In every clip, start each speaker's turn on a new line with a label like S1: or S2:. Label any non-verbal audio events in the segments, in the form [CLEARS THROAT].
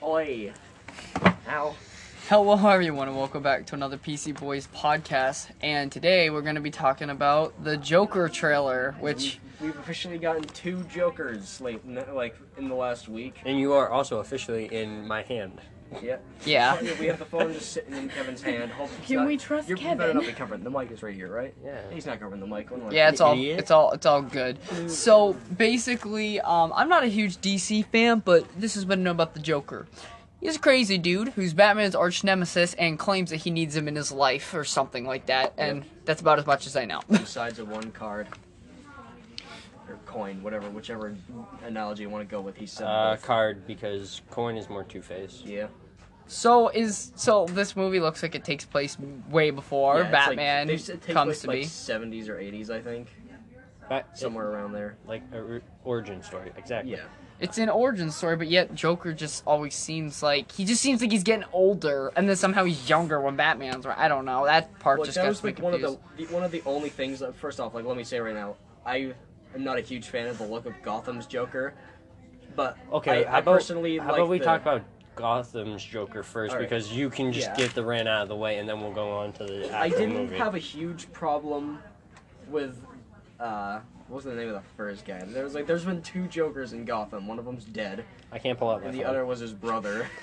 S1: boy. Ow.
S2: Hello, everyone, and welcome back to another PC Boys podcast. And today we're going to be talking about the Joker trailer, which
S1: We've officially gotten two Jokers late, in the- like in the last week.
S3: And you are also officially in my hand.
S1: Yep.
S2: Yeah.
S1: We have the phone just sitting in Kevin's hand. Hope it's
S4: Can
S1: not-
S4: we trust
S1: You're, You better
S4: Kevin?
S1: not be covering. The mic is right here, right?
S3: Yeah.
S1: He's not covering the mic. What am I-
S2: yeah, it's all
S3: Idiot.
S2: it's all it's all good. So basically, um, I'm not a huge DC fan, but this is what I know about the Joker. He's a crazy dude who's Batman's arch nemesis and claims that he needs him in his life or something like that. And that's about as much as I know. [LAUGHS]
S1: two sides of one card. Or coin, whatever, whichever analogy you want to go with. He said.
S3: Uh,
S1: both.
S3: card because coin is more Two Face.
S1: yeah.
S2: so is so this movie looks like it takes place way before
S1: Yeah, it's like-
S2: Batman
S1: they said it takes
S2: comes
S1: place,
S2: to
S1: like
S2: be.
S1: 70s or 80s, I think,
S3: Back
S1: somewhere around there.
S3: like a or- origin story. Exactly.
S1: Yeah.
S2: It's an origin story, but yet Joker just always seems like he just seems like he's getting older, and then somehow he's younger when Batman's. Right. I don't know. That part
S1: Well,
S2: just
S1: that
S2: gets
S1: was
S2: me
S1: like one of
S2: confused.
S1: the, the one of the only things. That, first off, like let me say right now, I am not a huge fan of the look of Gotham's Joker, but
S3: Okay.
S1: I,
S3: how
S1: I
S3: about,
S1: personally
S3: how
S1: like
S3: about we
S1: the-
S3: talk about Gotham's Joker first
S1: All right.
S3: because you can just
S1: Yeah.
S3: get the rant out of the way and then we'll go on to the.
S1: I
S3: actual
S1: didn't
S3: movie.
S1: have a huge problem with uh, what was the name of the first guy? There was like there's been two Jokers in Gotham. One of them's dead,
S3: I can't pull out my
S1: and the
S3: phone.
S1: other was his brother. [LAUGHS]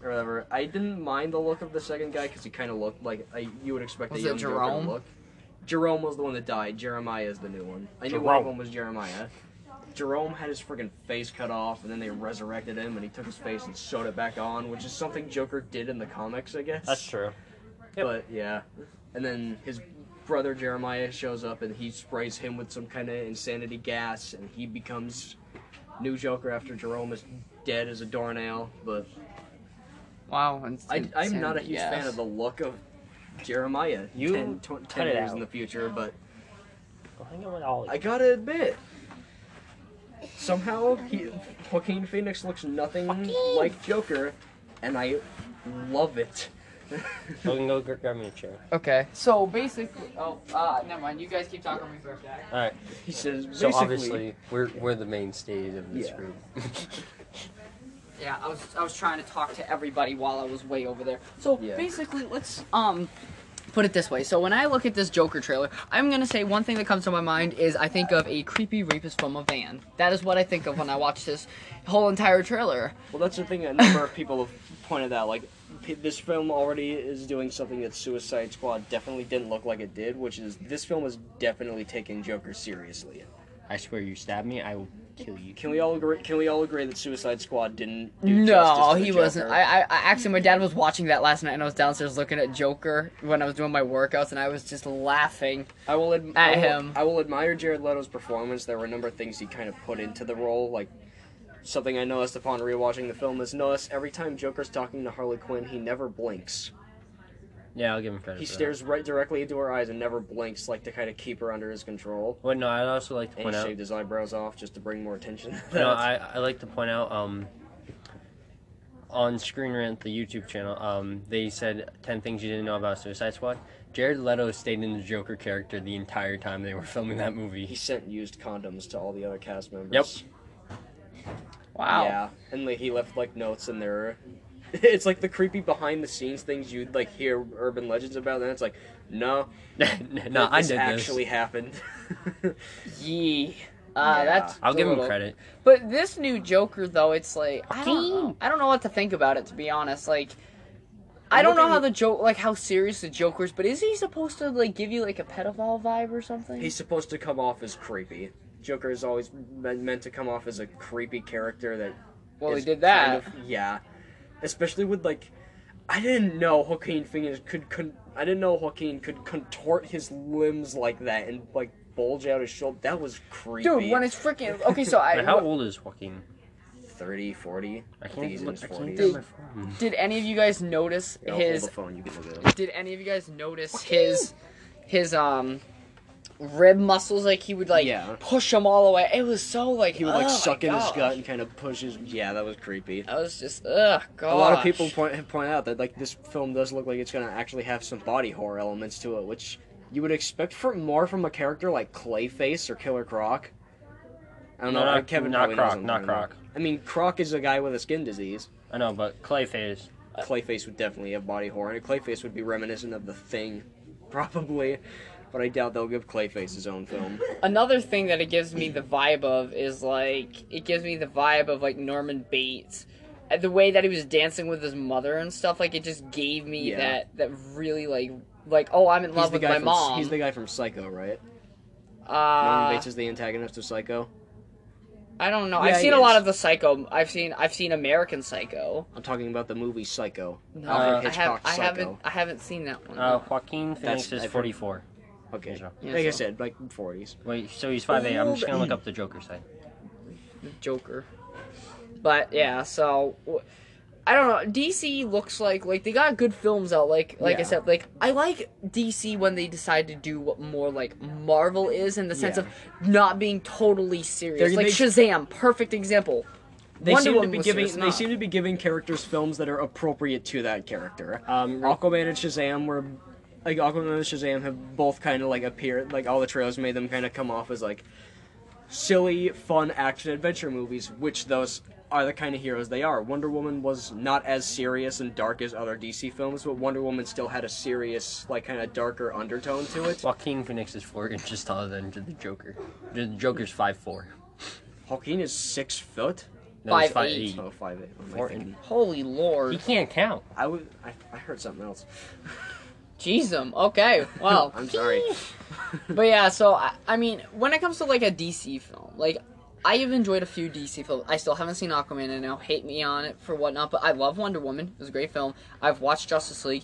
S1: Or whatever. I didn't mind the look of the second guy because he kind of looked like I, you would expect
S2: Was
S1: a
S2: it
S1: young Joker to
S2: Jerome?
S1: look. Jerome was the one that died. Jeremiah is the new one. I knew one of
S3: Jerome.
S1: them was Jeremiah. Jerome had his freaking face cut off, and then they resurrected him, and he took his face and sewed it back on, which is something Joker did in the comics, I guess.
S3: That's true. Yep.
S1: But yeah, and then his brother Jeremiah shows up and he sprays him with some kind of insanity gas, and he becomes new Joker after Jerome is dead as a doornail. But
S2: wow. and-
S1: I,
S2: and-
S1: I'm not a
S2: and-
S1: huge
S2: yes.
S1: fan of the look of Jeremiah.
S3: You
S1: 10, tw- 10
S3: cut it
S1: years
S3: out.
S1: in the future, but
S3: Well, hang on with Ollie.
S1: I gotta admit, somehow he, Joaquin Phoenix looks nothing like Joker, and I love it.
S3: We can go gr- grab me a chair.
S2: Okay. So basically, oh, ah, never mind. You guys keep talking. I'll be right back.
S3: All right.
S1: He says basically.
S3: So obviously we're we're the mainstays of this
S1: Yeah.
S3: group.
S2: Yeah, I was I was trying to talk to everybody while I was way over there. So
S1: Yeah.
S2: basically, let's um put it this way. So when I look at this Joker trailer, I'm gonna say one thing that comes to my mind is I think of a creepy rapist from a van. That is what I think of when I watch this whole entire trailer.
S1: Well, that's the thing. A number of people have pointed out. Like, p- this film already is doing something that Suicide Squad definitely didn't look like it did, which is this film is definitely taking Joker seriously.
S3: I swear you stab me, I will kill you.
S1: Can we all agree? Can we all agree that Suicide Squad didn't? Do
S2: No,
S1: justice to the
S2: he wasn't.
S1: Joker?
S2: I, I, I actually, my dad was watching that last night, and I was downstairs looking at Joker when I was doing my workouts, and I was just laughing.
S1: I will ad- I
S2: At
S1: will,
S2: him.
S1: I will admire Jared Leto's performance. There were a number of things he kind of put into the role, like something I noticed upon rewatching the film is notice every time Joker's talking to Harley Quinn, he never blinks.
S3: Yeah, I'll give him credit.
S1: He
S3: for that.
S1: stares right directly into her eyes and never blinks, like to kind of keep her under his control.
S3: Well, no, I'd also like to
S1: And
S3: point
S1: he
S3: out.
S1: shaved his eyebrows off just to bring more attention. to
S3: No,
S1: [LAUGHS] that.
S3: I, I like to point out um, on Screen Rant, the YouTube channel, um, they said 10 things you didn't know about Suicide Squad. Jared Leto stayed in the Joker character the entire time they were [LAUGHS] filming that
S1: he
S3: movie.
S1: sent used condoms to all the other cast members.
S2: Wow.
S1: Yeah, and like, he left like notes in there. [LAUGHS] It's like the creepy behind the scenes things you'd like hear urban legends about, and it's like, no,
S3: no,
S1: th-
S3: I
S1: this
S3: did
S1: actually
S3: this.
S1: happened. [LAUGHS]
S2: Yee. Uh,
S1: Yeah.
S2: that's
S3: I'll give him
S2: brutal.
S3: credit.
S2: But this new Joker, though, it's like I don't, know. I don't know what to think about it. To be honest, like I
S1: I'm
S2: don't know
S1: looking-
S2: how the joke, like how serious the Joker's. But is he supposed to like give you like a pedophile vibe or something?
S1: He's supposed to come off as creepy. Joker is always me- meant to come off as a creepy character that
S2: well, he
S1: is
S2: did that.
S1: kind of- yeah, especially with like, I didn't know Joaquin Phoenix could. Con- I didn't know Joaquin could contort his limbs like that and like bulge out his shoulder. That was creepy.
S2: Dude, when it's freaking okay, so I
S3: But how old is Joaquin?
S1: 30, 40.
S3: I
S1: think he's
S3: can't
S1: in
S3: look.
S1: his
S3: I can't Hmm.
S1: 40s.
S3: get my phone.
S2: did any of you guys notice
S1: Yeah, I'll hold
S2: his
S1: the phone. You can look at it.
S2: Did any of you guys notice his his um rib muscles? Like he would like
S1: Yeah.
S2: push them all away. It was so like
S1: He would like
S2: oh my
S1: suck in his
S2: gosh.
S1: gut and kind of push his. Yeah, that was creepy.
S2: I was just ugh. Gosh.
S1: A lot of people point have point out that like this film does look like it's gonna actually have some body horror elements to it, which you would expect from more from a character like Clayface or Killer Croc. I don't
S3: No,
S1: know.
S3: not-
S1: Kevin
S3: not
S1: uh, probably knows
S3: Croc,
S1: what I'm
S3: not
S1: talking about.
S3: Croc.
S1: I mean, Croc is a guy with a skin disease.
S3: I know, but Clayface. Uh,
S1: Clayface would definitely have body horror, and Clayface would be reminiscent of the Thing, [LAUGHS] probably. But I doubt they'll give Clayface his own film.
S2: Another thing that it gives me the vibe of is like it gives me the vibe of like Norman Bates. Uh, The way that he was dancing with his mother and stuff, like it just gave me
S1: Yeah.
S2: that that really like like oh I'm in love
S1: the
S2: with
S1: guy
S2: my
S1: from,
S2: mom.
S1: He's the guy from Psycho, right? Norman
S2: uh,
S1: Bates is the antagonist of Psycho.
S2: I don't know.
S5: Yeah,
S2: I've
S5: he
S2: seen a lot
S5: is.
S2: of the Psycho. I've seen I've seen American Psycho.
S1: I'm talking about the movie Psycho.
S2: No,
S1: Alfred
S2: I, have,
S1: Hitchcock's
S2: I haven't
S1: Psycho. Oh.
S2: I haven't seen that one.
S3: Uh, Joaquin Phoenix
S1: Mm-hmm. That's
S3: is
S1: different.
S3: 44.
S1: Okay.
S2: Yeah,
S1: like I
S2: so-
S1: said, like 40s.
S3: Wait, so he's 5'8". I'm just gonna look up the Joker side.
S2: Joker. But yeah, so w- I don't know. DC looks like like they got good films out. Like like I
S1: Yeah.
S2: said, like I like DC when they decide to do what more like Marvel is in the sense
S1: Yeah.
S2: of not being totally serious.
S1: They're-
S2: like
S1: they-
S2: Shazam, perfect example.
S1: They
S2: Wonder
S1: seem
S2: Woman
S1: to be
S2: was
S1: giving.
S2: serious,
S1: They
S2: not.
S1: seem to be giving characters films that are appropriate to that character. Um, Aquaman and Shazam were, like Aquaman and Shazam have both kind of like appeared. Like all the trailers made them kind of come off as like silly, fun action adventure movies, which those are the kind of heroes they are. Wonder Woman was not as serious and dark as other DC films, but Wonder Woman still had a serious, like kind of darker undertone to it.
S3: Joaquin Phoenix is four inches taller than the Joker. The Joker's 5'4".
S1: Hawking is six foot.
S3: No, he's
S2: 5'8".
S3: 5'8".
S1: Oh, five eight. What am I
S3: Four
S1: thinking?
S2: Holy
S3: He
S2: lord,
S3: can't count.
S1: I was. I, I heard something else.
S2: Jeezum. um, Okay, well,
S1: [LAUGHS] I'm sorry.
S2: but yeah. So I, I mean, when it comes to like a DC film, like. I have enjoyed a few DC films. I still haven't seen Aquaman, and now hate me on it for whatnot. But I love Wonder Woman. It was a great film. I've watched Justice League.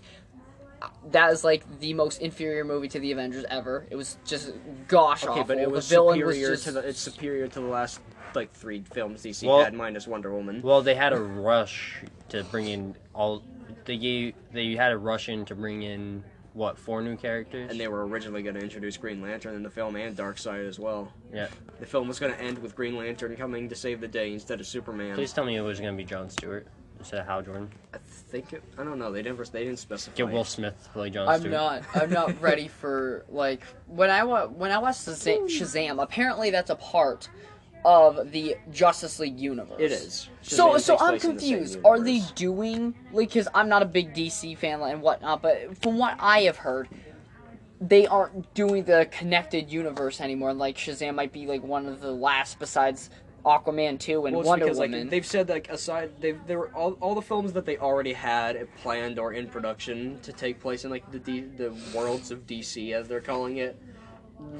S2: Uh, that is like the most inferior movie to the Avengers ever. It was just gosh
S1: Okay,
S2: awful.
S1: but it was
S2: the villain
S1: superior
S2: was just
S1: to the it's superior to the last like three films DC
S3: Well-
S1: had minus Wonder Woman.
S3: Well, they had a rush to bring in all. They gave. They had a rush in to bring in what four new characters?
S1: and they were originally going to introduce Green Lantern in the film and Darkseid as well.
S3: yeah.
S1: The film was going to end with Green Lantern coming to save the day instead of Superman.
S3: Please tell me it was gonna be John Stewart instead of Hal Jordan.
S1: I think it, I don't know. They never they didn't specify.
S3: Get Will Smith to play John
S2: Oh, I'm
S3: Stewart.
S2: not.
S1: [LAUGHS]
S2: I'm not ready for like when I wa- when I watched Shazam, Shazam. Apparently, that's a part of the Justice League universe.
S1: It is.
S2: So
S1: Shazam
S2: so
S1: takes
S2: I'm
S1: place in the same
S2: confused. Are they
S1: universe.
S2: doing like because I'm not a big DC fan and whatnot, but from what I have heard, they aren't doing the connected universe anymore. And like Shazam might be like one of the last besides Aquaman two and
S1: Well, it's
S2: Wonder
S1: because, like,
S2: Woman.
S1: they've said like aside they've they were all, all the films that they already had planned or in production to take place in like the D, the worlds of DC as they're calling it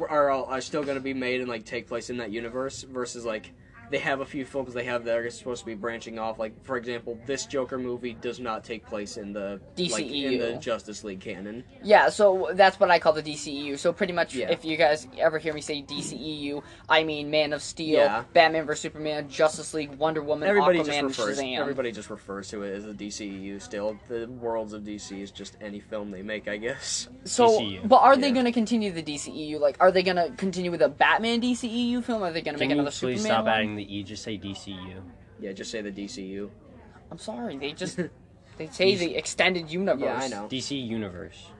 S1: are all, are still going to be made and like take place in that universe versus like they have a few films they have that are supposed to be branching off like for example this Joker movie does not take place in the like in the
S2: DCEU.
S1: Justice League canon.
S2: Yeah, so that's what I call the DCEU. So pretty much,
S1: Yeah.
S2: if you guys ever hear me say DCEU, I mean Man of Steel,
S1: Yeah.
S2: Batman vs Superman, Justice League, Wonder Woman,
S1: Everybody
S2: Aquaman,
S1: just
S2: and
S1: refers
S2: Shazam.
S1: everybody just refers to it as the DCEU E still. The worlds of DC is just any film they make, I guess.
S2: so,
S3: DCEU,
S2: but are
S1: E
S2: they
S1: yeah.
S2: going to continue the DCEU? Like, are they going to continue with a Batman DCEU film? Are they going to
S3: Can
S2: make
S3: you
S2: another
S3: please
S2: Superman?
S3: stop
S2: one?
S3: adding the E? Just say DCU.
S1: Yeah, just say the DCU.
S2: I'm sorry,
S1: [LAUGHS]
S2: they just they say the extended universe.
S1: Yeah, I know.
S3: DC Universe.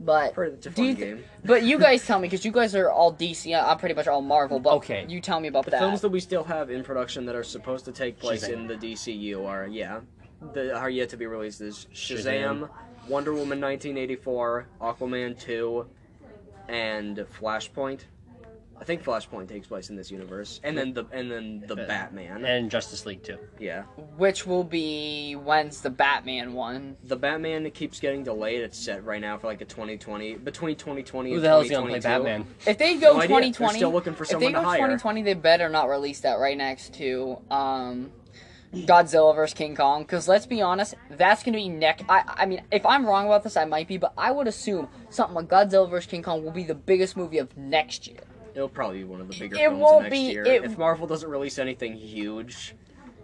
S2: But
S1: Heard it's a
S2: do you
S1: fun
S2: th-
S1: game.
S2: [LAUGHS] but
S1: [LAUGHS]
S2: you guys tell me because you guys are all DC. I'm pretty much all Marvel. But
S3: Okay.
S2: you tell me about
S1: The
S2: that.
S1: films that we still have in production that are supposed to take place
S3: Shazam.
S1: in the DCU are yeah, that are yet to be released is Shazam,
S3: Shazam.
S1: Wonder Woman 1984, Aquaman 2, and Flashpoint. I think Flashpoint takes place in this universe, and then the and then the
S3: Yeah.
S1: Batman.
S3: And Justice League too.
S1: Yeah,
S2: Which will be when's the Batman one?
S1: the Batman keeps getting delayed. It's set right now for like a 2020 between 2020
S3: Who
S1: and
S3: the hell is gonna play
S1: 2022.
S3: Batman?
S2: If they go
S1: No idea. They're
S2: 2020,
S1: still looking for
S2: if
S1: someone
S2: they go
S1: to hire.
S2: 2020, they better not release that right next to um, Godzilla vs King Kong. Because let's be honest, that's gonna be neck. I I mean, if I'm wrong about this, I might be, but I would assume something like Godzilla vs King Kong will be the biggest movie of next year.
S1: It'll probably be one of the bigger
S2: It
S1: films of
S2: won't
S1: next
S2: be-
S1: year.
S2: it-
S1: If Marvel doesn't release anything huge,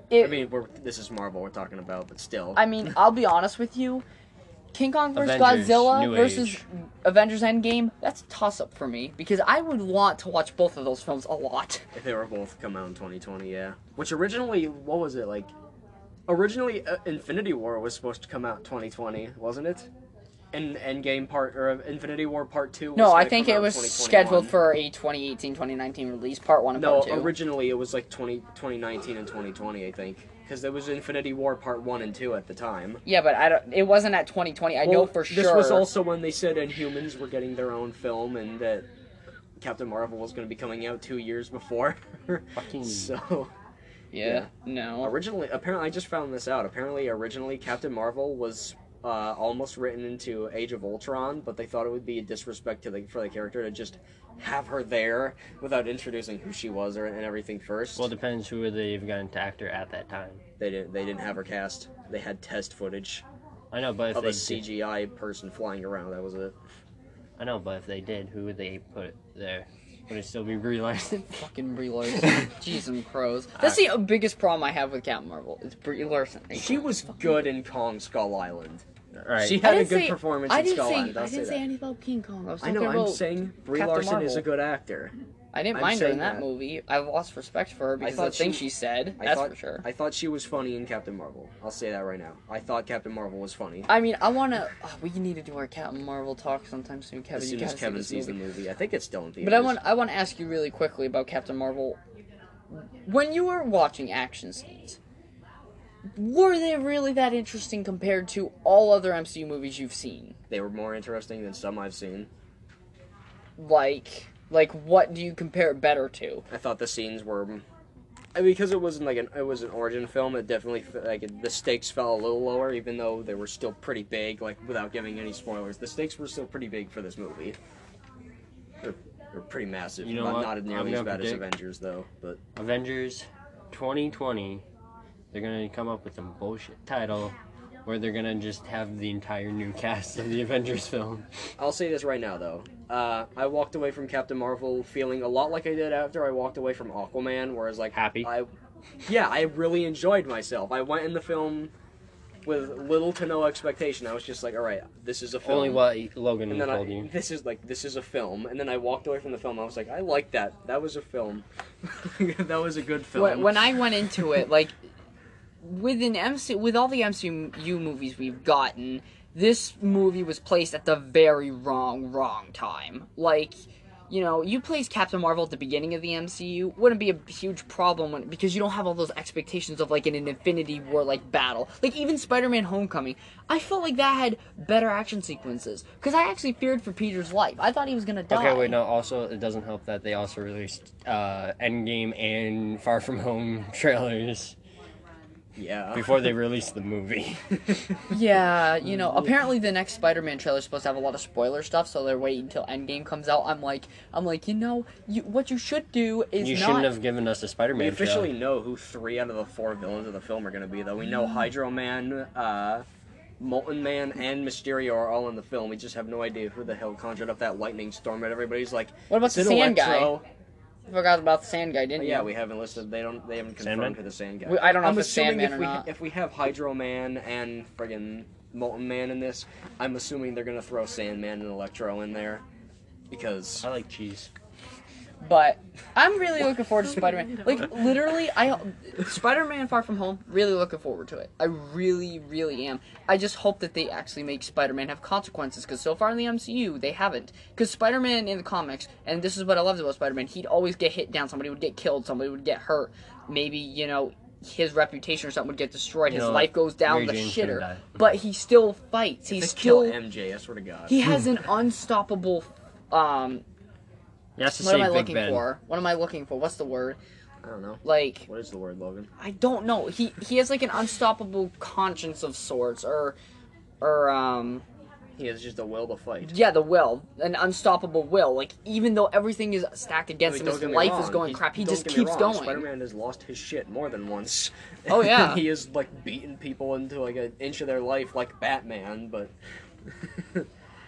S2: It,
S1: I mean, we're, this is Marvel we're talking about, but still.
S2: I mean, I'll be honest with you. King Kong versus
S3: Avengers,
S2: Godzilla
S3: New
S2: versus
S3: Age.
S2: Avengers Endgame, that's a toss up for me because I would want to watch both of those films a lot.
S1: If they were both come out in 2020, yeah. Which originally, what was it like? Originally, uh, Infinity War was supposed to come out in 2020, wasn't it? in Endgame part or Infinity War part two. was
S2: No, I
S1: gonna
S2: think
S1: come out
S2: it
S1: in
S2: was
S1: 2021.
S2: scheduled for a 2018 2019 release, part one and
S1: No,
S2: part two.
S1: originally it was like 20, 2019 and 2020, I think. Because there was Infinity War Part 1 and 2 at the time.
S2: yeah, but I don't. It wasn't at 2020. I know
S1: Well,
S2: for sure.
S1: This was also when they said Inhumans were getting their own film and that Captain Marvel was going to be coming out two years before. [LAUGHS]
S3: Fucking-
S1: so,
S2: yeah,
S1: yeah.
S2: no.
S1: originally, apparently, I just found this out. Apparently, originally, Captain Marvel was. Uh, almost written into Age of Ultron, but they thought it would be a disrespect to the for the character to just have her there without introducing who she was or and everything first.
S3: Well, it depends who they've gotten to actor at that time.
S1: They didn't. They didn't have her cast. They had test footage
S3: I know,
S2: Oh,
S3: but if
S1: of a
S3: they Did,
S1: CGI person flying around. That was it.
S3: I know, but if they did, who would they put there? Would it still be Brie Larson? [LAUGHS]
S2: Fucking
S1: [LAUGHS]
S2: Brie Larson. Jeez and crows. That's the biggest problem I have with Captain Marvel. It's Brie Larson.
S1: She was good in Kong Skull Island.
S3: right.
S1: She
S2: I
S1: had a
S2: didn't
S1: good
S2: say-
S1: performance
S2: I
S1: in
S2: didn't
S1: Skull
S2: say,
S1: Island. I'll
S2: I didn't
S1: say
S2: say
S1: that.
S2: anything about King Kong. I was
S1: I
S2: talking
S1: know. I'm
S2: about-
S1: saying Brie
S2: Captain
S1: Larson is
S2: Marvel.
S1: a good actor.
S2: I didn't
S1: I'm
S2: mind her
S1: saying
S2: in that,
S1: that.
S2: movie. I lost respect for her because
S1: thought
S2: of the things
S1: she-
S2: she said.
S1: I
S2: that's
S1: thought,
S2: for sure.
S1: I thought she was funny in Captain Marvel. I'll say that right now. I thought Captain Marvel was funny.
S2: I mean, I want to. we need to do our Captain Marvel talk sometime soon, Kevin.
S1: As
S2: you
S1: soon
S2: gotta
S1: as
S2: see
S1: Kevin
S2: this
S1: sees
S2: movie.
S1: the movie, I think it's still in theaters.
S2: But I want I want to ask you really quickly about Captain Marvel. When you were watching action scenes, were they really that interesting compared to all other MCU movies you've seen?
S1: They were more interesting than some I've seen.
S2: Like, like what do you compare it better to?
S1: I thought the scenes were, I mean, because it wasn't like an it was an origin film. It definitely fe- like it- the stakes fell a little lower, even though they were still pretty big. Like without giving any spoilers, the stakes were still pretty big for this movie. They're, they're pretty massive.
S3: You know
S1: not,
S3: what?
S1: not nearly
S3: I'm
S1: as
S3: gonna
S1: bad as
S3: predict-
S1: Avengers though, but
S3: Avengers 2020, they're gonna come up with some bullshit title where they're gonna just have the entire new cast of the [LAUGHS] Avengers film.
S1: I'll say this right now though. Uh, I walked away from Captain Marvel feeling a lot like I did after I walked away from Aquaman, whereas like
S3: Happy?
S1: I, yeah, I really enjoyed myself. I went in the film with little to no expectation. I was just like, all right, this is a film.
S3: Only what Logan
S1: Um, and then
S3: told
S1: I,
S3: you.
S1: this is like this is a film, and then I walked away from the film. I was like, I like that. That was a film. [LAUGHS] that was a good film.
S2: When, when I went into it, like with an MC, with all the MCU movies we've gotten, this movie was placed at the very wrong, wrong time. Like, you know, you place Captain Marvel at the beginning of the MCU wouldn't be a huge problem when, because you don't have all those expectations of like an Infinity War like battle. Like even Spider-Man: Homecoming, I felt like that had better action sequences because I actually feared for Peter's life. I thought he was gonna die.
S3: Okay, wait, no, also, it doesn't help that they also released uh, Endgame and Far From Home [LAUGHS] trailers
S1: yeah,
S3: before they released the movie.
S2: Yeah, you
S3: Uh,
S2: know, apparently the next Spider-Man trailer is supposed to have a lot of spoiler stuff, so they're waiting until Endgame comes out. I'm like, I'm like, you know, you, what you should do is
S3: you
S2: not.
S3: shouldn't have given us a Spider
S1: we
S3: Man
S1: officially
S3: trailer.
S1: know who three out of the four villains of the film are going to be. Though we
S2: Mm.
S1: know Hydro Man, uh, Molten Man, and Mysterio are all in the film. We just have no idea who the hell conjured up that lightning storm. And everybody's like,
S2: What about
S1: "Is it
S2: the sand guy?
S1: Electro?"
S2: I forgot about the sand guy, didn't you?
S1: Yeah, we haven't listed. They don't. They haven't confirmed
S3: Sandman?
S1: who the sand guy.
S2: We- I don't know
S1: I'm
S2: if it's
S1: assuming
S2: Sandman
S1: if
S2: or
S1: we
S2: not.
S1: if we have Hydro Man and friggin' Molten Man in this, I'm assuming they're gonna throw Sandman and Electro in there because
S2: Uh,
S3: I like cheese.
S2: But I'm really looking forward to Spider-Man. Like literally, I Spider-Man Far From Home. Really looking forward to it. I really, really am. I just hope that they actually make Spider-Man have consequences because so far in the MCU they haven't. Because Spider-Man in the comics, and this is what I loved about Spider-Man, he'd always get hit down. Somebody would get killed. Somebody would get hurt. Maybe you know his reputation or something would get destroyed.
S3: You
S2: His
S3: know,
S2: life goes down
S3: Mary
S2: the
S3: Jane's gonna
S2: shitter.
S3: die.
S2: But he still fights.
S1: they
S2: He's
S1: kill
S2: still.
S1: MJ. I swear to God.
S2: He has an unstoppable. Um,
S3: Yes, to
S2: what am I
S3: save Big
S2: looking
S3: Ben.
S2: for? What am I looking for? What's the word?
S1: I don't know.
S2: Like
S1: What is the word, Logan?
S2: I don't know. He he has like an unstoppable conscience of sorts, or or um
S1: He has just a will to fight.
S2: yeah, the will, an unstoppable will. Like even though everything is stacked against him, his life is going crap. He just keeps going.
S1: Spider Man has lost his shit more than once.
S2: Oh,
S1: [LAUGHS]
S2: yeah.
S1: he is like beating people into like an inch of their life, like Batman, but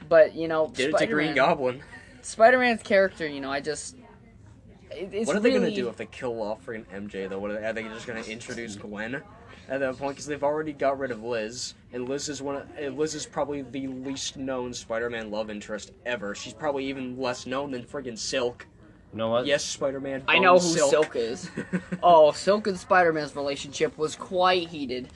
S2: But you know,
S1: did it to Green [LAUGHS]
S2: Spider-Man,
S1: Goblin.
S2: Spider-Man's character, you know, I just it- it's
S1: what are they
S2: really,
S1: gonna do if they kill off freaking MJ though? What are, are they just gonna introduce Gwen at that point? Because they've already got rid of Liz, and Liz is one. Of, and Liz is probably the least known Spider-Man love interest ever. She's probably even less known than freaking Silk.
S3: You know what?
S1: Yes, Spider-Man.
S2: I know who
S1: bones
S2: Silk,
S1: [LAUGHS]
S2: Oh, is. oh, Silk and Spider-Man's relationship was quite heated.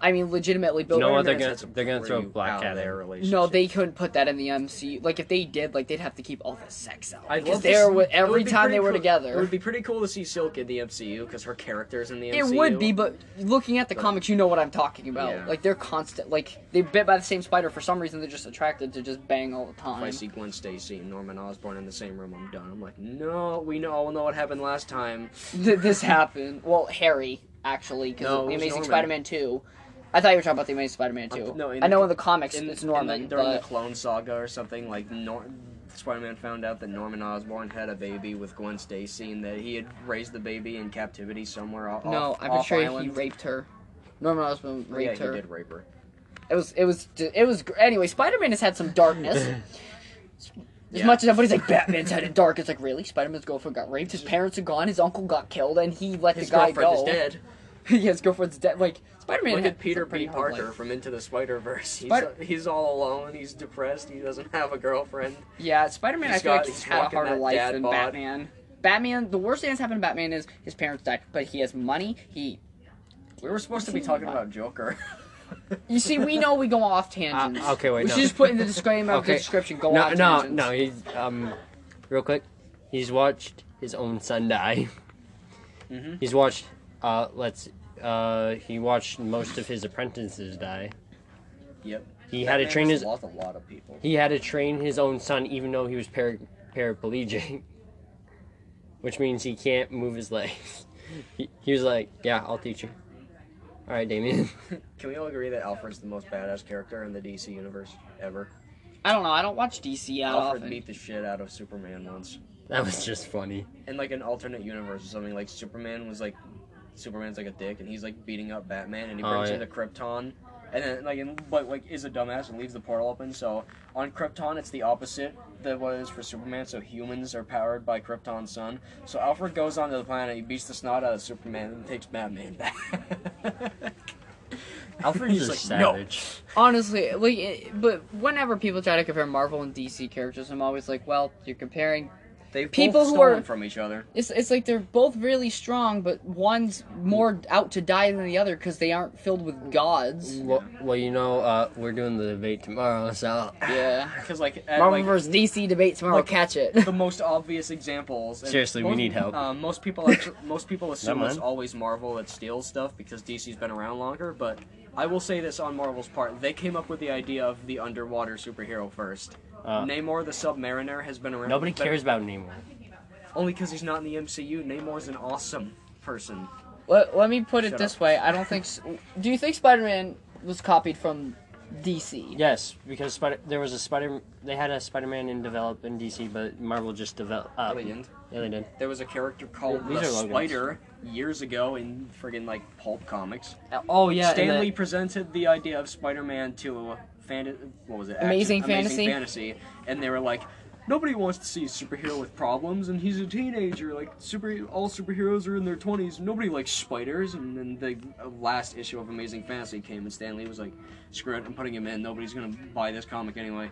S2: I mean, legitimately built.
S3: You know what? They're
S1: Spider-Man's
S3: gonna-
S1: had some
S3: they're gonna throw
S1: pretty
S3: Black
S1: out
S3: Cat
S1: there
S3: in.
S1: relationship.
S2: No, they couldn't put that in the MCU. Like if they did, like they'd have to keep all the sex out
S1: I'd
S2: because
S1: love
S2: they
S1: to
S2: were
S1: see- it
S2: every
S1: would be
S2: time
S1: pretty
S2: they were
S1: cool- It
S2: together.
S1: would be pretty cool to see Silk in the MCU because her character's in the
S2: It
S1: MCU.
S2: would be, but looking at the
S1: But-
S2: comics, you know what I'm talking about.
S1: Yeah.
S2: Like they're constant. Like they bit by the same spider for some reason. They're just attracted to just bang all the
S1: If I
S2: time.
S1: see Gwen Stacy and Norman Osborn in the same room, I'm done. I'm like, no, we know all know what happened last time.
S2: [LAUGHS] Th- this happened. Well, Harry actually because
S1: No, it
S2: the
S1: was
S2: Amazing
S1: Norman. Uh,
S2: Spider-Man two. I thought you were talking about the Amazing Spider-Man two.
S1: [LAUGHS] no, in the
S2: I know
S1: co-
S2: in the comics
S1: In,
S2: it's Norman,
S1: in the, during
S2: but
S1: the Clone Saga or something, like Nor- Spider-Man found out that Norman Osborn had a baby with Gwen Stacy and that he had raised the baby in captivity somewhere. Off,
S2: no, I'm
S1: uh, off
S2: pretty sure
S1: island. Oh,
S2: he raped her. Norman Osborn
S1: Yeah,
S2: raped
S1: he
S2: her.
S1: did rape her.
S2: It was it was it was gr- anyway. Spider Man has had some
S1: [CLEARS THROAT]
S2: darkness. as
S1: Yeah.
S2: much as everybody's like Batman's had it dark, it's like really Spider Man's girlfriend got raped, his parents are gone, his uncle got killed, and he let
S1: His
S2: the guy
S1: girlfriend
S2: go.
S1: is dead.
S2: [LAUGHS] yeah, his girlfriend's dead. Like Spider Man
S1: Look
S2: had
S1: at Peter
S2: some pretty
S1: B.
S2: hard
S1: Parker
S2: life.
S1: from Into the Spider Verse. He's, uh,
S2: Spider-
S1: he's all alone. He's depressed. He doesn't have a girlfriend.
S2: Yeah, Spider Man I
S1: He's
S2: feel like
S1: got-
S2: he's
S1: he's
S2: had a
S1: walking
S2: harder
S1: that
S2: life
S1: dad
S2: than
S1: bod.
S2: Batman. Batman, the worst thing that's happened to Batman is his parents died, but he has money. He,
S1: We were supposed to be talking about Joker.
S2: you see, we know we
S1: [LAUGHS]
S2: go off tangents.
S3: Uh, okay, wait,
S2: We
S3: no.
S2: should just put in the disclaimer of the
S3: Okay.
S2: description. Go
S3: no,
S2: off
S3: no,
S2: tangents.
S3: no. He's um, real quick. He's watched his own son die.
S1: Mhm.
S3: He's watched. Uh, let's. Uh, he watched most of his apprentices die.
S1: [LAUGHS] yep.
S3: He had to train his.
S1: Lost a lot of people.
S3: He had to train his own son, even though he was para- paraplegic, [LAUGHS] which means he can't move his legs. [LAUGHS] He, he was like, "Yeah, I'll teach you." All right, Damien. [LAUGHS]
S1: Can we all agree that Alfred's the most badass character in the DC universe ever?
S2: I don't know. I don't watch DC that
S1: Alfred
S2: often.
S1: beat the shit out of Superman once.
S3: That was just funny.
S1: In like an alternate universe or something, like Superman was like Superman's like a dick and he's like beating up Batman and he
S3: Oh,
S1: brings
S3: yeah.
S1: him to Krypton and then like and, but like is a dumbass and leaves the portal open. So on Krypton it's the opposite that what it is for Superman, so humans are powered by Krypton's sun. So Alfred goes onto the planet, he beats the snot out of Superman and takes Batman [LAUGHS] back.
S3: Alfred's
S1: He's
S3: a
S1: like, "No."
S3: savage.
S2: Honestly, like, it- but whenever people try to compare Marvel and DC characters, I'm always like, well, you're comparing.
S1: They've
S2: People
S1: both
S2: who
S1: stolen
S2: are-
S1: from each other.
S2: It's it's like they're both really strong, but one's more out to die than the other because they aren't filled with gods.
S3: Well, well, you know, uh, we're doing the debate tomorrow, so
S2: Yeah.
S1: Because like, at,
S2: [LAUGHS] Marvel
S1: like
S2: versus DC debate tomorrow.
S1: Like-
S2: catch [LAUGHS] it.
S1: the most obvious examples. and
S3: Seriously, we
S1: most-
S3: need help.
S1: Um, most
S3: [LAUGHS]
S1: people, actu- most people assume
S3: Not
S1: it's
S3: mine.
S1: always Marvel that steals stuff because DC's been around longer. But I will say this on Marvel's part: they came up with the idea of the underwater superhero first.
S3: Uh,
S1: Namor the Submariner has been around.
S3: nobody
S1: but-
S3: cares about Nemo.
S1: Only because he's not in the MCU. Namor's an awesome person.
S2: let, let me put it
S1: Shut
S2: this
S1: up.
S2: way. I don't think. s- Do you think Spider-Man was copied from DC?
S3: Yes, because Spider- there was a Spider. They had a Spider-Man in develop in DC, but Marvel just developed. Uh,
S1: Really didn't.
S3: Yeah, they did.
S1: There was a character called
S3: These
S1: the
S3: are logos.
S1: Spider years ago in friggin' like pulp comics.
S2: Oh yeah. and
S1: Stanley
S2: the-
S1: presented the idea of Spider-Man to fan- what was it? Action-
S2: Amazing Fantasy?
S1: Fantasy, and they were like, nobody wants to see a superhero with problems, and he's a teenager. Like super, all superheroes are in their twenties. Nobody likes spiders. And then the uh, last issue of Amazing Fantasy came, and Stanley was like, screw it, I'm putting him in. Nobody's gonna buy this comic anyway.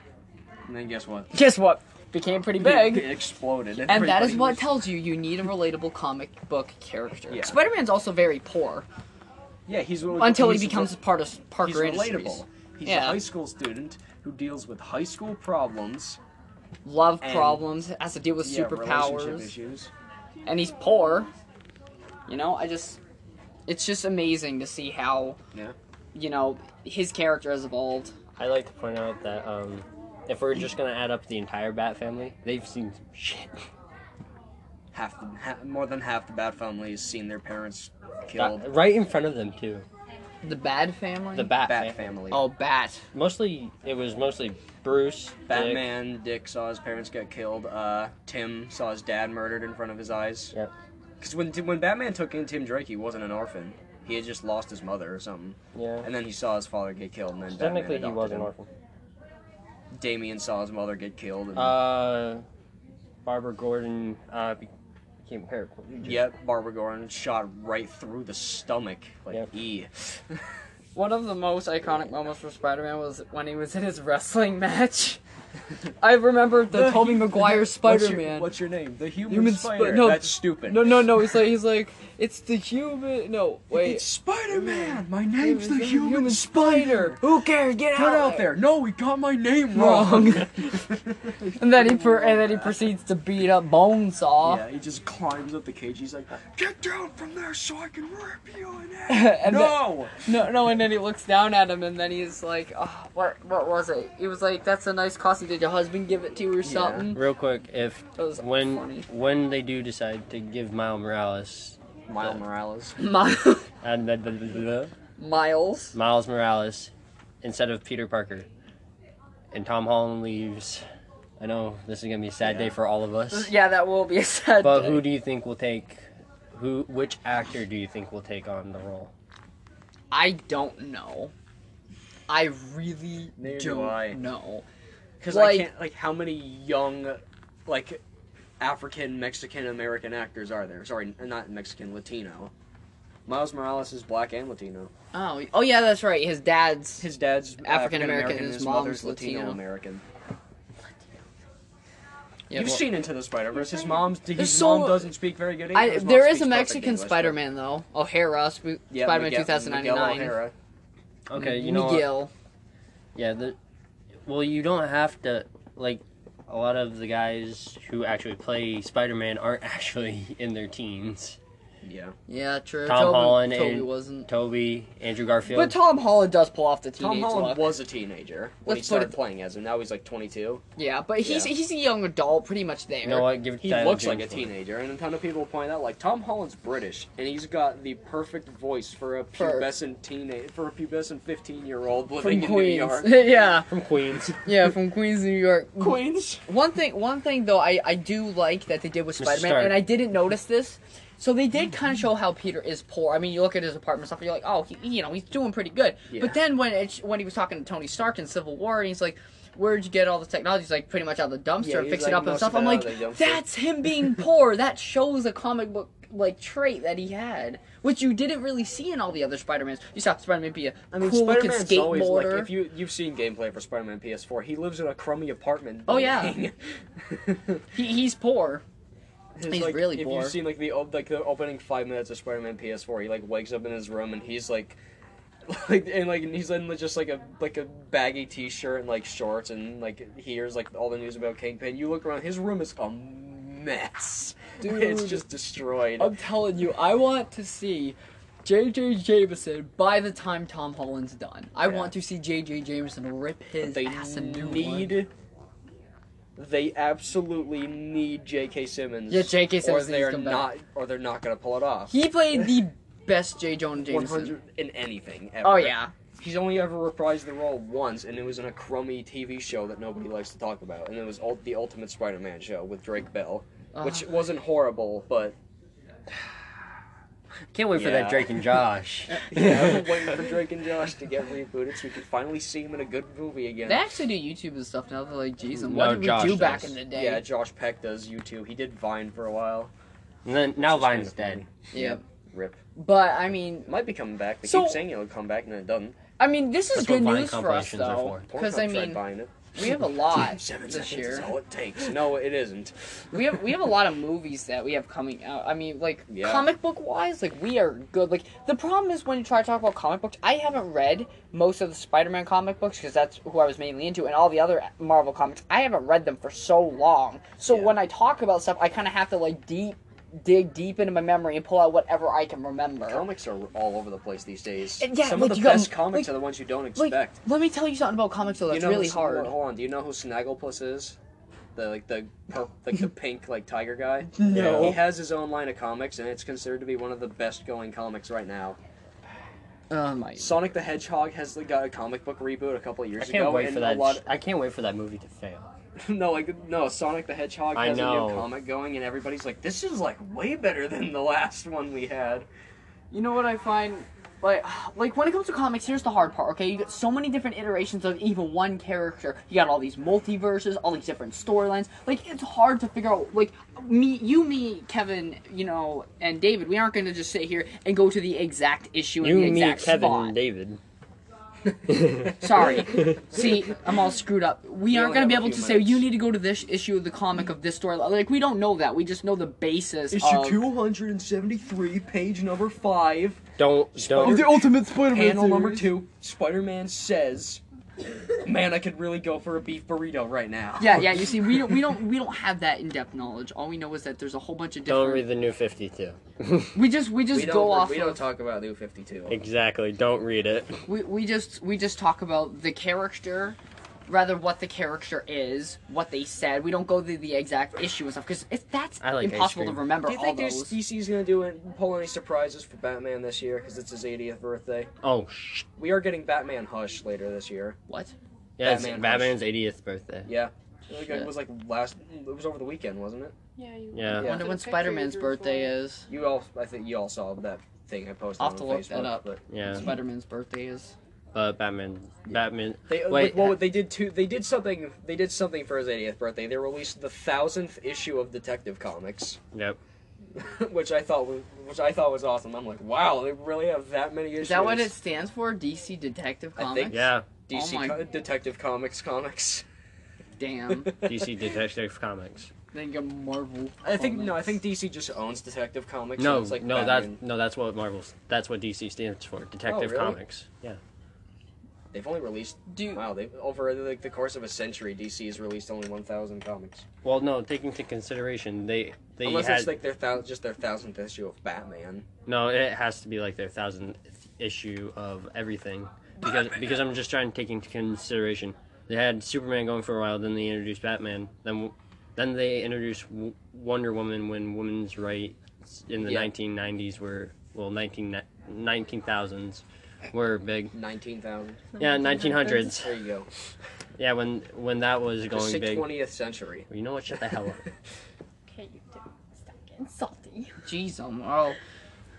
S1: And then guess what?
S2: guess what? Became pretty big.
S1: It exploded.
S2: And that is
S1: Everybody
S2: what
S1: was-
S2: tells you you need a relatable comic book character.
S1: Yeah.
S2: Spider-Man's also very poor
S1: yeah, he's
S2: until he
S1: he's-
S2: becomes part of
S1: He's
S2: Parker Industries.
S1: relatable. He's
S2: Yeah.
S1: a high school student who deals with high school problems.
S2: Love
S1: And-
S2: problems, has to deal with
S1: Yeah, relationship
S2: superpowers,
S1: issues.
S2: and he's poor. You know, I just it's just amazing to see how
S1: Yeah.
S2: you know his character has evolved.
S3: I like to point out that um, if we're just gonna add up the entire Bat family, they've seen some shit.
S1: Half the, ha, more than half the Bat family has seen their parents killed.
S3: Bat- right in front of them too.
S2: The Bad Family.
S3: The Bat,
S1: Bat family.
S3: family.
S2: Oh, Bat.
S3: Mostly, it was mostly Bruce, Dick,
S1: Batman, Dick. saw his parents get killed. Uh, Tim saw his dad murdered in front of his eyes.
S3: Yep.
S1: Because when when Batman took in Tim Drake, he wasn't an orphan. He had just lost his mother or something,
S3: Yeah.
S1: and then he saw his father get killed, and then
S3: Technically, he
S1: Batman adopted
S3: was an
S1: him.
S3: orphan.
S1: Damien saw his mother get killed. And,
S3: Uh, Barbara Gordon uh, became paraplegic.
S1: yep, Barbara Gordon shot right through the stomach, like
S3: Yep.
S1: E.
S2: One of the most iconic moments for Spider-Man was when he was in his wrestling match.
S5: I remember the,
S1: [LAUGHS] The
S5: Tobey
S1: hu-
S5: Maguire
S3: What's your-
S5: Spider Man.
S3: What's your name? The human,
S5: Human
S3: spider.
S5: Spider- no.
S3: That's stupid.
S5: No, no, no. He's like,
S1: [LAUGHS]
S5: he's like, it's the human. No, wait.
S1: It's Spider Man. My
S5: It's
S1: name's the human,
S5: spider.
S1: spider.
S5: Who cares? Get
S1: Get out there. No, we got my name wrong. [LAUGHS]
S5: Wrong. [LAUGHS] and then he per- and then he proceeds to beat up Bonesaw.
S1: Yeah, he just climbs up the cage. He's like, "Get down from there, so I can rip you
S5: [LAUGHS]
S1: in half."
S5: And
S1: no.
S5: No, no, and then he looks down at him, and then he's like, oh, "What? What was it?" He was like, "That's a nice costume. Did your husband give it to you or something?"
S3: Real quick, if
S5: That was
S3: when
S5: funny. [LAUGHS]
S3: when they do decide to give Miles Morales,
S1: Miles Morales.
S5: Mi-
S3: and the, the, the, the-
S5: Miles.
S3: Miles Morales instead of Peter Parker, and Tom Holland leaves, I know this is gonna be a sad day for all of
S2: [LAUGHS]
S3: us.
S5: Yeah, that will be a sad.
S3: But
S5: day.
S3: who do you think will take? Who? Which actor do you think will take on the role?
S2: I don't know. I really
S1: Neither do
S2: don't
S1: I.
S2: know.
S1: Because
S2: Like-
S1: I can't. Like, how many young, like, African Mexican American actors are there? Sorry, not Mexican Latino. Miles Morales is black and Latino.
S2: Oh, oh yeah, that's right. His dad's
S1: His dad's
S2: African American,
S1: and
S2: his
S1: his
S2: mom's
S1: mother's Latino
S2: Latino.
S1: American.
S2: Yeah,
S1: You've
S2: well-
S1: seen Into the Spider Verse. His mom's his
S5: so-
S1: mom doesn't speak very good English.
S2: I,
S1: His mom
S2: there is
S1: speaks
S2: a
S1: perfect
S2: Mexican
S1: English, but-
S2: Spider-Man though. O'Hara, Sp-
S1: Yeah,
S2: Spider-Man
S1: Miguel- Miguel
S2: 2099.
S1: O'Hara.
S3: Okay, you know. what?
S2: Miguel.
S3: Yeah, the, well, you don't have to like a lot of the guys who actually play Spider-Man aren't [LAUGHS] actually in their teens.
S1: Yeah.
S2: Yeah, true.
S3: Tom
S2: Toby,
S3: Holland
S2: Toby
S3: and-
S2: wasn't.
S3: Toby, Andrew Garfield.
S2: But Tom Holland does pull off the
S1: Tom
S2: teenage
S1: Holland
S2: look.
S1: was a teenager when he
S2: Let's put
S1: started
S2: it-
S1: playing as him. Now he's like 22.
S2: Yeah, but he's
S1: Yeah.
S2: he's a young adult, pretty much there.
S3: you know what? Give
S1: He
S3: Tyler
S1: looks like a
S3: James one.
S1: teenager, and a ton of people point out like Tom Holland's British, and he's got the perfect voice for a
S2: For-
S1: pubescent teenage for a pubescent 15 year old
S2: From
S1: living in New
S2: Queens. [LAUGHS]
S1: York.
S2: yeah,
S3: from Queens.
S2: yeah, from Queens, New York.
S1: Queens.
S2: One thing, one thing though, I, I do like that they did with
S3: Mr.
S2: Spider Man,
S3: Stark.
S2: and I didn't notice this. So they did kind of show how Peter is poor. I mean, you look at his apartment stuff, and you're like, oh, he, you know, he's doing pretty good.
S1: Yeah.
S2: But then when it, when he was talking to Tony Stark in Civil War, and he's like, where'd you get all this technology? He's like, pretty much out of the dumpster,
S1: Yeah,
S2: and
S1: he's
S2: fix it
S1: like,
S2: up and
S1: most
S2: stuff.
S1: of
S2: I'm
S1: it
S2: like,
S1: out of the dumpster.
S2: that's
S1: [LAUGHS]
S2: him being poor. That shows a comic book like trait that he had, which you didn't really see in all the other Spider Mans. You saw Spider Man be a
S1: I mean,
S2: cool looking
S1: Spider-Man's always like
S2: skateboarder.
S1: if you you've seen gameplay for Spider-Man PS4, he lives in a crummy apartment.
S2: Oh, yeah.
S1: building. [LAUGHS]
S2: he, he's poor.
S1: His,
S2: He's
S1: like,
S2: really
S1: If
S2: poor.
S1: you've seen like the op- like the opening five minutes of Spider-Man PS4, he like wakes up in his room and he's like, [LAUGHS] like and like and he's in like, just like a like a baggy T-shirt and like shorts and like he hears like all the news about Kingpin. You look around, his room is a mess. [LAUGHS] it's
S5: Dude.
S1: just destroyed.
S5: I'm telling you, I want to see J.J. Jameson
S2: by the time Tom Holland's done. I
S1: Yeah.
S2: want to see J.J. Jameson rip his
S1: they
S2: ass and do one.
S1: need. They absolutely need J.K. Simmons.
S2: Yeah, J.K. Simmons
S1: Or
S2: needs to
S1: they're
S2: come back.
S1: not. Or they're not gonna pull it off.
S2: He played the best J. Jonah
S1: One
S2: Jameson.
S1: hundred in anything. Ever.
S2: Oh yeah,
S1: He's only ever reprised the role once, and it was in a crummy TV show that nobody likes to talk about, and it was ult- the Ultimate Spider-Man show with Drake Bell,
S2: Uh-huh.
S1: which wasn't horrible,
S2: [LAUGHS]
S1: but
S3: [LAUGHS] Can't wait for that
S1: Yeah.
S3: Drake and
S1: [LAUGHS]
S3: Josh.
S1: I'm waiting for Drake and Josh to get rebooted so we can finally see him in a good movie again.
S2: they actually do YouTube and stuff now. They're like, Jesus,
S1: Mm,
S3: No,
S2: what did we
S3: Josh
S2: do
S3: does.
S2: back in the day?
S1: oh, yeah, Josh Peck does you too. He did Vine for a while.
S3: and then now
S1: Which is
S3: Vine's
S1: kinda
S3: dead.
S2: Yeah.
S1: Rip.
S2: But I mean,
S1: It might be coming back. They
S2: So-
S1: keep saying it'll come back, and it doesn't.
S2: I mean, this is
S3: That's what
S2: good
S3: Vine
S2: news for us
S3: compilations are
S2: though,
S3: for.
S2: because
S1: Pornhub
S2: I
S1: tried
S2: mean,
S1: buying it.
S2: we have a
S1: [LAUGHS]
S2: lot
S1: Seven
S2: this
S1: seconds is
S2: year.
S1: all it takes. No, it isn't.
S2: We have we have a lot of movies that we have coming out. I mean, like
S1: Yeah.
S2: comic book wise, like we are good. Like the problem is when you try to talk about comic books, I haven't read most of the Spider-Man comic books because that's who I was mainly into, and all the other Marvel comics. I haven't read them for so long. So
S1: Yeah.
S2: when I talk about stuff, I kind of have to like deep dig deep into my memory and pull out whatever I can remember.
S1: Comics are all over the place these days.
S2: And yeah,
S1: Some
S2: like,
S1: of
S2: you
S1: the
S2: got-
S1: best comics
S2: like-
S1: are the ones you don't
S2: like,
S1: expect.
S2: let me tell you something about comics though. That's
S1: you know
S2: really
S1: who-
S2: hard.
S1: Hold on. Do you know who Snagglepuss is? The like the pur- like the pink like tiger guy.
S2: No.
S1: He has his own line of comics, and it's considered to be one of the best going comics right now.
S2: Oh my.
S1: Sonic the Hedgehog has like, got a comic book reboot a couple of
S3: I
S1: years
S3: can't
S1: ago,
S3: wait
S1: and
S3: for that.
S1: a lot.
S3: I can't wait for that movie to fail.
S1: [LAUGHS] no, like no, Sonic the Hedgehog
S3: I
S1: has a
S3: know.
S1: new comic going, and everybody's like, "This is like way better than the last one we had."
S2: You know what I find, like, [SIGHS] like when it comes to comics, here's the hard part. Okay, you got so many different iterations of even one character. You got all these multiverses, all these different storylines. Like, it's hard to figure out. Like, me, you, me, Kevin, you know, and David, we aren't going to just sit here and go to the exact issue and
S3: You,
S2: the
S3: me,
S2: exact
S3: Kevin,
S2: spot.
S3: and David.
S2: [LAUGHS] Sorry. See, I'm all screwed up. We
S1: You
S2: aren't
S1: only
S2: going to be
S1: have a
S2: able to
S1: few
S2: say you
S1: minutes.
S2: need to go to this issue of the comic of this story. Like we don't know that. We just know the basis
S1: Issue
S2: of
S1: 273, page number 5,
S3: Don't don't.
S2: Ultimate Spider-Man
S1: [LAUGHS] panel number 2. Spider Man says, Man, I could really go for a beef burrito right now.
S2: Yeah, yeah. You see, we don't, we don't, we don't have that in-depth knowledge. All we know is that there's a whole bunch of
S3: Don't
S2: different.
S3: read the new 52.
S2: we just, we just
S1: We don't,
S2: go off.
S1: we don't
S2: of,
S1: talk about New 52.
S3: exactly. Don't read it.
S2: we, we just, we just talk about the character, rather what the character is, what they said. We don't go to the exact issue and stuff because that's
S3: I like ice
S2: impossible to
S3: cream.
S2: remember
S1: Do you
S2: all
S1: think
S2: those.
S1: DC's going to do it, pull any surprises for Batman this year? Because it's his 80th birthday.
S3: Oh, sh-
S1: We are getting Batman Hush later this year.
S2: what?
S3: yeah, it's
S1: Batman
S3: Batman's 80th birthday.
S1: Yeah. It was-
S2: Shit.
S1: It was like last. It was over the weekend, wasn't it?
S4: Yeah. You
S3: Yeah.
S2: I wonder when Spider-Man's birthday is.
S1: You all, I think you all saw that thing I posted
S2: I'll have
S1: on
S2: to look
S1: Facebook.
S2: that up.
S1: But
S3: Yeah,
S2: Spider-Man's birthday is.
S3: but Batman, Batman.
S1: they,
S3: Wait,
S1: like, well, they did two. They did something. They did something for his 80th birthday. They released the thousandth issue of Detective Comics, [LAUGHS]
S3: Yep.
S1: which I thought was, which I thought was awesome. I'm like, wow, they really have that many issues.
S2: Is that what it stands for? DC Detective
S1: I
S2: Comics.
S1: think-
S3: Yeah.
S1: DC
S2: Oh my- Um,
S1: co- Detective Comics comics. [LAUGHS]
S2: Damn.
S3: DC Detective Comics.
S2: then you got Marvel.
S1: I think no, I
S2: Comics.
S1: think DC just owns Detective Comics. and
S3: No,
S1: it's like
S3: no, that
S1: Batman. Oh,
S3: no, that's what Marvel's. That's what DC stands for. Detective
S1: really?
S3: Comics. Yeah.
S1: they've only released
S2: Do you-
S1: wow, they've over like the course of a century, DC has released only 1,000 comics.
S3: Well, no, taking into consideration they they
S1: Unless
S3: had
S1: it's like their thou- just their thousandth issue of Batman.
S3: no, it has to be like their thousandth issue of everything because because I'm just trying to take into consideration they had Superman going for a while, then they introduced Batman, then then they introduced W- Wonder Woman when women's rights in the
S1: Yeah.
S3: 1990s were well 19 19,000s were big.
S1: 19,000.
S3: Yeah, 1900s.
S1: There you go.
S3: Yeah, when when that was
S1: Just
S3: going
S1: say
S3: big.
S1: 20th century.
S3: You know what? Shut the hell up.
S4: Okay, you do. Stop getting salty.
S2: Jeez, I'm all,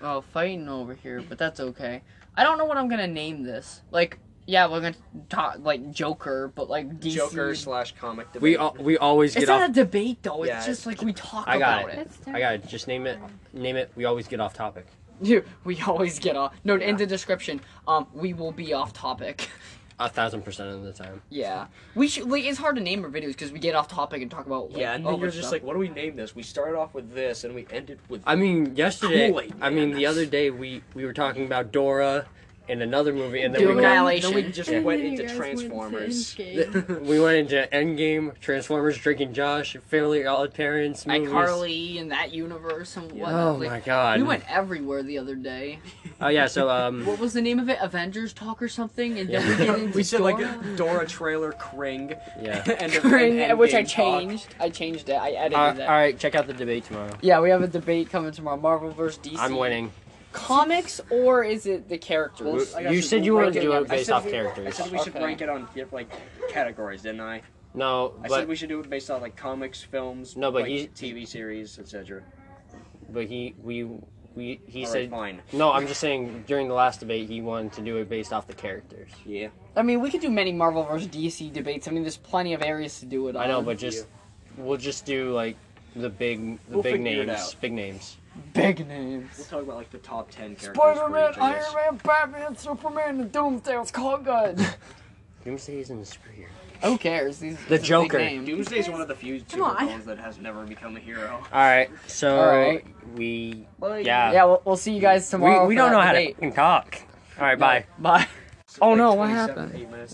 S2: all fighting over here, but that's okay. I don't know what I'm gonna name this. Like, yeah, we're gonna talk like Joker, but like DC.
S1: Joker slash comic debate.
S3: [LAUGHS] we al- we always
S2: It's
S3: get
S2: not
S3: off.
S2: a debate though.
S1: Yeah,
S2: it's just like we talk
S3: I got
S2: about it.
S4: That's
S3: I got it. Just name it. Name it. We always get off topic.
S2: Dude, we always get off. No, in the description, um, we will be off topic. [LAUGHS]
S3: A thousand percent of the time.
S2: yeah, we should. Like, it's hard to name our videos because we get off topic and talk about. Like,
S1: yeah, and then
S2: other
S1: you're just
S2: stuff.
S1: like, what do we name this? We started off with this and we ended with.
S3: I mean, yesterday.
S1: Kool-Aid
S3: I mean,
S1: Man.
S3: the other day we we were talking about Dora and another movie, and then
S2: Dora.
S3: we went,
S1: Then we
S2: Annihilation.
S1: just
S4: And then
S1: went
S4: you
S1: into
S4: guys went to
S1: Transformers.
S4: Endgame.
S3: we went into Endgame, Transformers, Drinking Josh, Fairly Odd Parents, movies.
S2: iCarly and that universe and whatnot.
S3: Oh
S2: like,
S3: my god.
S2: We went everywhere the other day.
S3: Oh yeah. So um.
S1: [LAUGHS]
S2: What was the name of it? Avengers Talk or something? And then we
S3: Yeah.
S2: get into
S1: we said
S2: Dora.
S3: [LAUGHS]
S1: like Dora trailer Kring. [LAUGHS]
S3: Yeah.
S2: [LAUGHS]
S1: and,
S2: Cring, which I
S1: Endgame talk.
S2: changed. I changed it. I edited
S3: Uh, all
S2: that.
S3: right. Check out the debate tomorrow.
S2: Yeah, we have a debate coming tomorrow. Marvel vs. DC.
S3: I'm winning.
S2: Comics or is it the characters?
S1: I
S3: You
S1: guess
S3: said
S1: we
S3: you wanted to
S1: rank
S3: do it
S1: I
S3: based
S1: said
S3: off
S1: we- I
S3: characters.
S1: said we should
S2: Okay.
S1: rank it on yeah, like categories, didn't I?
S3: No,
S1: I
S3: but
S1: said we should do it based on like comics, films,
S3: No, but
S1: like,
S3: he-
S1: TV series, etc.
S3: but he we we he
S1: All right,
S3: said
S1: fine.
S3: no. I'm just saying during the last debate he wanted to do it based off the characters.
S1: Yeah.
S2: I mean, we could do many Marvel vs. DC debates. I mean, there's plenty of areas to do it.
S3: I know,
S2: on.
S3: but just we'll just do like the big the
S1: We'll
S3: big
S1: figure it
S3: names,
S1: out.
S3: big names.
S2: big
S1: We'll
S2: names.
S1: talk about like the top ten characters. for
S2: Spider-Man,
S1: each, I guess.
S2: Iron Man, Batman, Superman, and Doomsday. It's called
S3: [LAUGHS]
S2: good.
S3: Doomsday's in the superhero.
S2: Who cares? These
S3: The
S2: it's a big
S3: Joker.
S2: name.
S1: Doomsday's one of the few
S2: Come on, I-
S1: supervillains that has never become a hero.
S3: All right, so
S2: All right.
S3: we
S1: Like,
S3: Yeah.
S2: Yeah, we'll, we'll see you guys tomorrow.
S3: we, we don't know how
S2: debate.
S3: to fucking talk. All right, bye.
S2: Bye.
S1: it's
S2: Oh, no, what
S1: 27,
S2: happened?
S1: eight minutes